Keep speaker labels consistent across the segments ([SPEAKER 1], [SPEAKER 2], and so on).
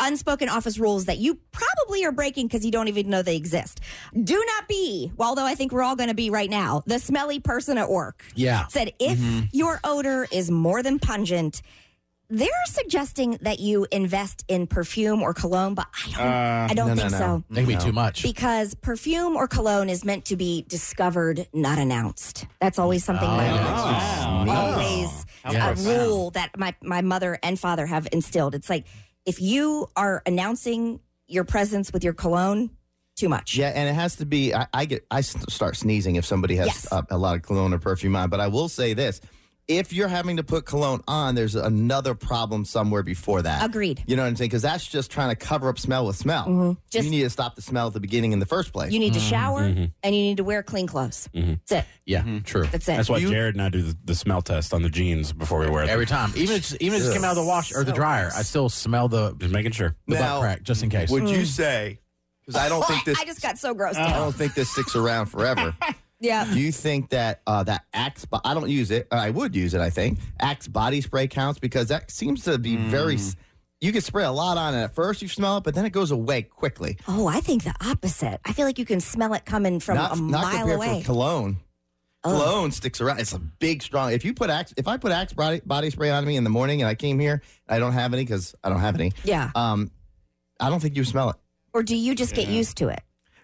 [SPEAKER 1] unspoken office rules that you probably are breaking because you don't even know they exist. Do not be, although I think we're all going to be right now, the smelly person at work.
[SPEAKER 2] Yeah.
[SPEAKER 1] Said if your odor is more than pungent, they're suggesting that you invest in perfume or cologne, but I don't,
[SPEAKER 3] Uh.
[SPEAKER 1] I don't
[SPEAKER 4] no, no,
[SPEAKER 1] think
[SPEAKER 4] no.
[SPEAKER 1] so.
[SPEAKER 2] That could be too much.
[SPEAKER 1] Because perfume or cologne is meant to be discovered, not announced. That's always something
[SPEAKER 2] Ah.
[SPEAKER 1] my
[SPEAKER 4] Oh.
[SPEAKER 1] always a
[SPEAKER 2] Yes.
[SPEAKER 1] rule that my, my mother and father have instilled. It's like if you are announcing your presence with your cologne, too much.
[SPEAKER 4] Yeah, and it has to be. I, I get. I s- start sneezing if somebody has
[SPEAKER 1] Yes.
[SPEAKER 4] uh, a, lot of cologne or perfume on. But I will say this: if you're having to put cologne on, there's another problem somewhere before that.
[SPEAKER 1] Agreed. Mm-hmm.
[SPEAKER 4] You know what I'm saying? Because that's just trying to cover up smell with smell.
[SPEAKER 1] Just-
[SPEAKER 4] you need to stop the smell at the beginning in the first place.
[SPEAKER 1] You need to
[SPEAKER 3] Mm-hmm.
[SPEAKER 1] shower and you need to wear clean clothes. That's it.
[SPEAKER 2] Yeah,
[SPEAKER 4] Mm-hmm.
[SPEAKER 2] true.
[SPEAKER 1] That's it.
[SPEAKER 3] That's why
[SPEAKER 4] You-
[SPEAKER 3] Jared and I do the, the smell test on the jeans before we wear them.
[SPEAKER 2] Every time, even if it's, even if it just came out of the wash or the
[SPEAKER 1] So
[SPEAKER 2] dryer,
[SPEAKER 1] gross.
[SPEAKER 2] I still smell the, the
[SPEAKER 3] Just making sure.
[SPEAKER 4] Now-
[SPEAKER 2] butt crack just in case.
[SPEAKER 4] Would you say? Because I don't think
[SPEAKER 1] Mm.
[SPEAKER 4] this.
[SPEAKER 1] Oh,
[SPEAKER 4] Oh.
[SPEAKER 1] I just got so grossed
[SPEAKER 4] I
[SPEAKER 1] out.
[SPEAKER 4] don't think this sticks around forever.
[SPEAKER 1] Yeah.
[SPEAKER 4] Do you think that uh, that Axe? Bo- I don't use it. I would use it. I think Axe body spray counts because that seems to be very. s- You can spray a lot on it at first. You smell it, but then it goes away quickly.
[SPEAKER 1] Oh, I think the opposite. I feel like you can smell it coming from
[SPEAKER 4] not
[SPEAKER 1] a
[SPEAKER 4] not
[SPEAKER 1] mile
[SPEAKER 4] compared
[SPEAKER 1] away. Oh.
[SPEAKER 4] for cologne.
[SPEAKER 1] Ugh.
[SPEAKER 4] Cologne sticks around. It's a big, strong. If you put Axe, if I put Axe body, body spray on me in the morning and I came here, I don't have any because I don't have any.
[SPEAKER 1] yeah.
[SPEAKER 4] Um, I don't think you smell it.
[SPEAKER 1] Or do you just get used to it?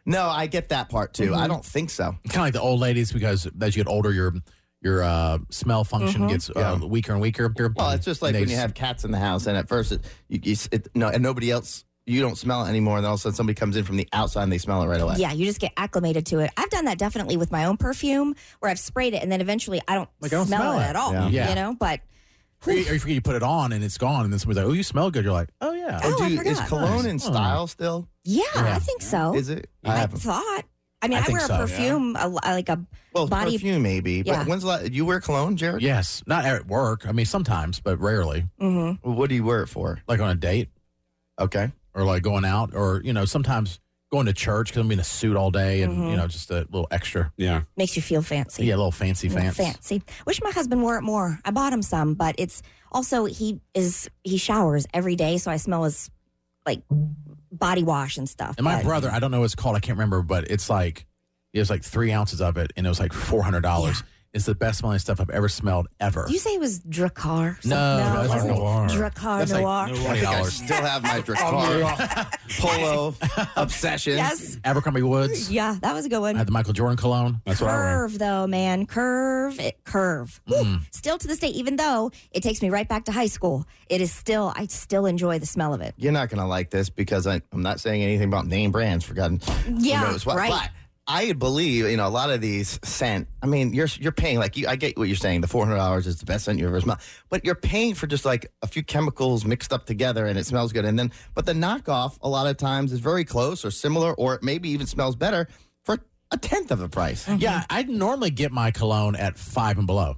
[SPEAKER 4] No, I get that part too.
[SPEAKER 1] Mm-hmm.
[SPEAKER 4] I don't think so.
[SPEAKER 2] kind of like the old ladies because as you get older, your your uh, smell function
[SPEAKER 1] Mm-hmm.
[SPEAKER 2] gets uh,
[SPEAKER 4] Yeah.
[SPEAKER 2] weaker and weaker.
[SPEAKER 4] Well, it's just like
[SPEAKER 2] And
[SPEAKER 4] when
[SPEAKER 2] they
[SPEAKER 4] you have cats in the house, and at first, it, you, you, s- it, no, and nobody else, you don't smell it anymore. And then all of a sudden, somebody comes in from the outside and they smell it right away.
[SPEAKER 1] Yeah, you just get acclimated to it. I've done that definitely with my own perfume where I've sprayed it and then eventually I don't,
[SPEAKER 2] Like, I don't smell
[SPEAKER 1] it
[SPEAKER 2] it.
[SPEAKER 1] at all.
[SPEAKER 4] Yeah.
[SPEAKER 2] Yeah.
[SPEAKER 1] You know, but
[SPEAKER 2] Or you, or you forget you put it on and it's gone, and then somebody's like, "Oh, you smell good." You're like, "Oh yeah."
[SPEAKER 4] And
[SPEAKER 1] Oh, I
[SPEAKER 4] do-
[SPEAKER 1] forgot.
[SPEAKER 4] is
[SPEAKER 1] Oh.
[SPEAKER 4] cologne in
[SPEAKER 2] Nice. Oh.
[SPEAKER 4] style still?
[SPEAKER 1] yeah, I
[SPEAKER 2] Yeah.
[SPEAKER 1] think so.
[SPEAKER 4] Is it?
[SPEAKER 1] I,
[SPEAKER 4] haven't.
[SPEAKER 1] thought. I mean,
[SPEAKER 2] I
[SPEAKER 1] I,
[SPEAKER 2] think
[SPEAKER 1] wear
[SPEAKER 2] so,
[SPEAKER 1] a perfume, a, like a
[SPEAKER 4] Well,
[SPEAKER 1] body-
[SPEAKER 4] perfume maybe.
[SPEAKER 1] Yeah.
[SPEAKER 4] But when's the last, you wear cologne, Jared?
[SPEAKER 2] Yes, not at work. I mean, sometimes, but rarely.
[SPEAKER 1] mhm.
[SPEAKER 4] What do you wear it for?
[SPEAKER 2] Like on a date
[SPEAKER 4] Okay.
[SPEAKER 2] or like going out, or you know, sometimes going to church because I'm in a suit all day, and
[SPEAKER 1] Mhm.
[SPEAKER 2] you know, just a little extra.
[SPEAKER 3] Yeah.
[SPEAKER 1] makes you feel fancy.
[SPEAKER 2] Yeah, a little fancy,
[SPEAKER 1] A little
[SPEAKER 2] fancy.
[SPEAKER 1] fancy. Wish my husband wore it more. I bought him some, but it's also he is he showers every day, so I smell his like body wash and stuff.
[SPEAKER 2] And my
[SPEAKER 1] but-
[SPEAKER 2] brother, I don't know what it's called. I can't remember, but it's like it was like three ounces of it, and it was like four hundred dollars. It's the best smelling stuff I've ever smelled ever.
[SPEAKER 1] Did you say it was Dracar?
[SPEAKER 2] No,
[SPEAKER 1] no,
[SPEAKER 2] that's
[SPEAKER 1] it wasn't
[SPEAKER 3] Noir.
[SPEAKER 1] Dracar
[SPEAKER 2] That's like
[SPEAKER 1] Noir.
[SPEAKER 4] I
[SPEAKER 2] Twenty
[SPEAKER 4] think I
[SPEAKER 2] dollars.
[SPEAKER 4] still have my Dracar polo obsession.
[SPEAKER 1] Yes.
[SPEAKER 2] Abercrombie Woods.
[SPEAKER 1] Yeah, that was a good
[SPEAKER 2] I
[SPEAKER 1] one.
[SPEAKER 2] had the Michael Jordan cologne.
[SPEAKER 1] Mm-hmm.
[SPEAKER 3] That's what I wear.
[SPEAKER 1] Curve though, man. Curve it curve. Whew. Still to this day, even though it takes me right back to high school, it is still I still enjoy the smell of it.
[SPEAKER 4] You're not going to like this because I, I'm not saying anything about name brands. Forgotten.
[SPEAKER 1] Yeah,
[SPEAKER 4] who knows what.
[SPEAKER 1] right.
[SPEAKER 4] But I believe you know a lot of these scent. I mean, you're you're paying like you, I get what you're saying. The four hundred dollars is the best scent you ever smell, but you're paying for just like a few chemicals mixed up together, and it smells good. And then, but the knockoff a lot of times is very close or similar, or it maybe even smells better for a tenth of the price.
[SPEAKER 2] Yeah, I'd normally get my cologne at five and below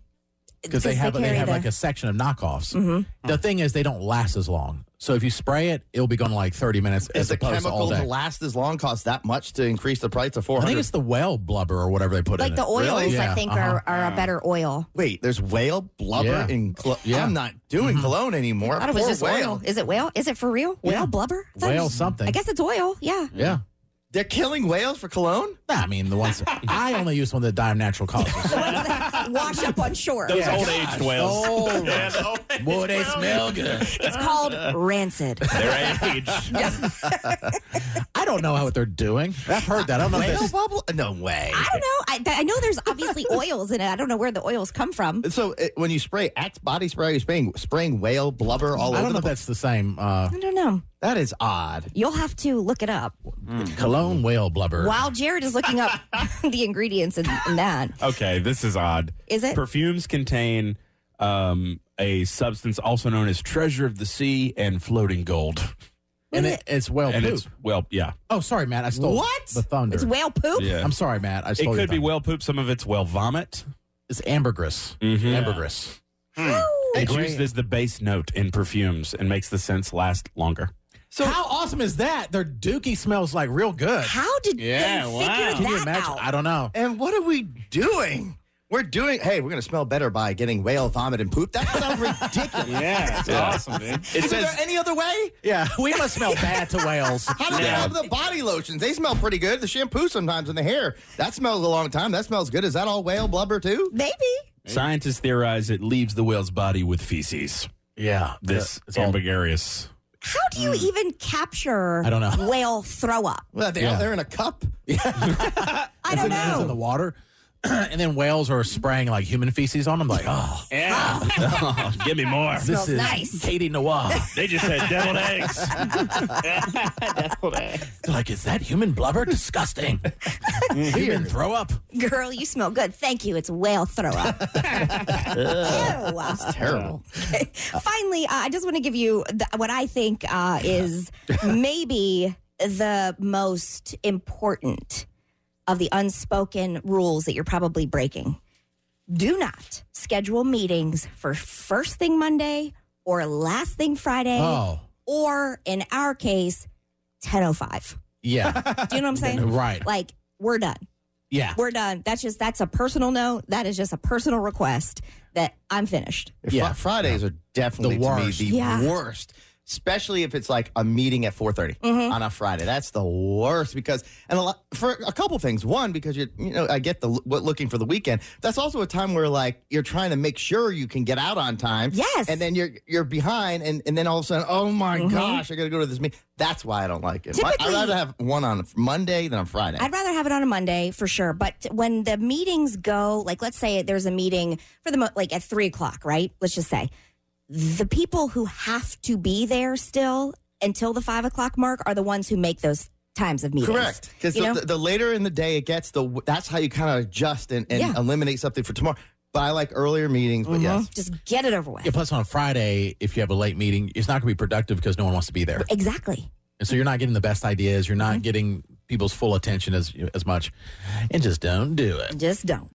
[SPEAKER 2] because they have they,
[SPEAKER 1] carry
[SPEAKER 2] have
[SPEAKER 1] the- Mm-hmm.
[SPEAKER 2] like a section of knockoffs. The thing is, they don't last as long. So if you spray it, it'll be gone in like thirty minutes
[SPEAKER 4] Is
[SPEAKER 2] as
[SPEAKER 4] the
[SPEAKER 2] opposed to all
[SPEAKER 4] chemical
[SPEAKER 2] day.
[SPEAKER 4] to last as long cost that much to increase the price to four
[SPEAKER 2] I think
[SPEAKER 4] hundred?
[SPEAKER 2] it's the whale blubber or whatever they put
[SPEAKER 1] like
[SPEAKER 2] in
[SPEAKER 1] the
[SPEAKER 2] it.
[SPEAKER 1] oils,
[SPEAKER 4] Really?
[SPEAKER 1] I
[SPEAKER 2] Yeah,
[SPEAKER 1] think,
[SPEAKER 2] uh-huh.
[SPEAKER 1] are, are a better oil.
[SPEAKER 4] Wait, there's whale blubber
[SPEAKER 2] Yeah.
[SPEAKER 4] in clo-
[SPEAKER 2] Yeah. Mm-hmm.
[SPEAKER 4] I'm not doing cologne anymore.
[SPEAKER 1] I thought it was
[SPEAKER 4] Poor
[SPEAKER 1] just
[SPEAKER 4] whale.
[SPEAKER 1] oil. Is it whale? Is it for real?
[SPEAKER 2] Yeah.
[SPEAKER 1] Whale blubber? I thought it
[SPEAKER 2] Whale
[SPEAKER 1] was-
[SPEAKER 2] something.
[SPEAKER 1] I guess it's oil. Yeah.
[SPEAKER 2] Yeah.
[SPEAKER 4] They're killing whales for cologne?
[SPEAKER 2] Nah, I mean the ones I only use one that die of natural causes.
[SPEAKER 1] Wash up on shore.
[SPEAKER 3] Those old aged whales.
[SPEAKER 2] oh,
[SPEAKER 3] Yeah, the old-
[SPEAKER 2] boy, they smell good.
[SPEAKER 1] It's called rancid.
[SPEAKER 3] They're aged.
[SPEAKER 2] I don't know what they're doing. I've heard that. I don't know. If
[SPEAKER 4] Whale
[SPEAKER 2] that's-
[SPEAKER 4] bubble? No way.
[SPEAKER 1] I don't know. I, but I know there's obviously oils in it. I don't know where the oils come from.
[SPEAKER 4] So uh, when you spray Axe body spray, you're spraying spraying whale blubber all
[SPEAKER 2] I
[SPEAKER 4] over
[SPEAKER 2] don't know
[SPEAKER 4] the
[SPEAKER 2] if
[SPEAKER 4] place.
[SPEAKER 2] that's the same uh,
[SPEAKER 1] I don't know.
[SPEAKER 4] That is odd.
[SPEAKER 1] You'll have to look it up.
[SPEAKER 3] Hmm.
[SPEAKER 2] cologne whale blubber.
[SPEAKER 1] While Jared is looking up the ingredients in, in that,
[SPEAKER 3] Okay, this is odd.
[SPEAKER 1] Is it?
[SPEAKER 3] Perfumes contain um, a substance also known as treasure of the sea and floating gold.
[SPEAKER 2] And it, it's whale
[SPEAKER 3] and
[SPEAKER 2] Oh, poop.
[SPEAKER 3] it's, well, yeah.
[SPEAKER 2] Oh, sorry, Matt. I stole
[SPEAKER 4] What?
[SPEAKER 2] the thunder.
[SPEAKER 1] it's whale poop.
[SPEAKER 3] yeah.
[SPEAKER 2] I'm sorry, Matt. I
[SPEAKER 3] it
[SPEAKER 2] stole your
[SPEAKER 3] could be
[SPEAKER 2] thunder.
[SPEAKER 3] whale poop. Some of it's whale vomit.
[SPEAKER 2] It's ambergris. Ambergris.
[SPEAKER 3] It's
[SPEAKER 2] Agree.
[SPEAKER 3] used as the base note in perfumes and makes the scents last longer.
[SPEAKER 2] So how awesome is that? Their dookie smells like real good.
[SPEAKER 1] How did
[SPEAKER 2] Yeah,
[SPEAKER 1] they
[SPEAKER 2] wow.
[SPEAKER 1] figure
[SPEAKER 2] Can you
[SPEAKER 1] that
[SPEAKER 2] imagine?
[SPEAKER 1] out?
[SPEAKER 2] I don't know.
[SPEAKER 4] And what are we doing? We're doing. Hey, we're gonna smell better by getting whale vomit and poop. That sounds ridiculous.
[SPEAKER 3] Yeah, that's awesome, dude.
[SPEAKER 4] Is
[SPEAKER 3] It
[SPEAKER 4] there
[SPEAKER 3] says
[SPEAKER 4] any other way?
[SPEAKER 2] Yeah, we must smell bad to whales.
[SPEAKER 4] How do they
[SPEAKER 3] Yeah.
[SPEAKER 4] have the body lotions? They smell pretty good. The shampoo sometimes and the hair. That smells a long time. That smells good. Is that all whale blubber too?
[SPEAKER 1] Maybe.
[SPEAKER 3] scientists theorize it leaves the whale's body with feces.
[SPEAKER 2] Yeah,
[SPEAKER 3] This
[SPEAKER 2] it's all.
[SPEAKER 3] ambiguous.
[SPEAKER 1] How do you even capture
[SPEAKER 2] Hmm. I don't know.
[SPEAKER 1] whale throw up?
[SPEAKER 4] Well, they, They're in a cup.
[SPEAKER 1] I don't
[SPEAKER 2] It's in the
[SPEAKER 1] know.
[SPEAKER 2] water, and then whales are spraying like human feces on them. Like, oh,
[SPEAKER 3] Yeah. Give me more.
[SPEAKER 2] this
[SPEAKER 1] Smells
[SPEAKER 2] is
[SPEAKER 1] nice.
[SPEAKER 2] Katie Noir.
[SPEAKER 3] They just had deviled eggs.
[SPEAKER 2] They're like, is that human blubber? Disgusting. human throw up.
[SPEAKER 1] Girl, you smell good. Thank you. It's whale throw up. Ew.
[SPEAKER 4] Terrible.
[SPEAKER 1] Finally, uh, I just want to give you the, what I think uh, is maybe the most important of the unspoken rules that you're probably breaking. Do not schedule meetings for first thing Monday or last thing Friday,
[SPEAKER 2] Oh,
[SPEAKER 1] or in our case, 10.05.
[SPEAKER 2] yeah,
[SPEAKER 1] Do you know what I'm saying?
[SPEAKER 2] right.
[SPEAKER 1] Like, we're done.
[SPEAKER 2] Yeah,
[SPEAKER 1] We're done. That's just, that's a personal note. That is just a personal request that I'm finished.
[SPEAKER 4] Fri-
[SPEAKER 2] Yeah.
[SPEAKER 4] Fridays are definitely
[SPEAKER 2] The
[SPEAKER 4] to me
[SPEAKER 2] worst.
[SPEAKER 4] the
[SPEAKER 1] Yeah.
[SPEAKER 4] worst. Especially if it's like a meeting at 4:30
[SPEAKER 1] Mm-hmm.
[SPEAKER 4] on a Friday, that's the worst because and a lot for a couple things. One, because you you know I get the what looking for the weekend. That's also a time where like you're trying to make sure you can get out on time.
[SPEAKER 1] Yes.
[SPEAKER 4] and then you're you're behind, and, and then all of a sudden, oh my gosh, I got to go to this meeting. That's why I don't like it. I- I'd
[SPEAKER 1] Mm-hmm. Typically-
[SPEAKER 4] rather have one on Monday than on Friday.
[SPEAKER 1] I'd rather have it on a Monday for sure. But when the meetings go, like let's say there's a meeting for the mo- like at three o'clock, right? Let's just say the people who have to be there still until the five o'clock mark are the ones who make those times of meetings.
[SPEAKER 4] Correct. Because
[SPEAKER 1] You
[SPEAKER 4] the,
[SPEAKER 1] know?
[SPEAKER 4] the, the later in the day it gets, the w- that's how you kind of adjust and, and
[SPEAKER 1] Yeah.
[SPEAKER 4] eliminate something for tomorrow. But I like earlier meetings, but yes.
[SPEAKER 1] Mm-hmm. Just get it over with.
[SPEAKER 2] yeah. Plus, on Friday, if you have a late meeting, it's not going to be productive because no one wants to be there,
[SPEAKER 1] Exactly.
[SPEAKER 2] and so you're not getting the best
[SPEAKER 1] Mm-hmm.
[SPEAKER 2] ideas. You're not getting people's full attention as as much, and just don't do it.
[SPEAKER 1] Just don't.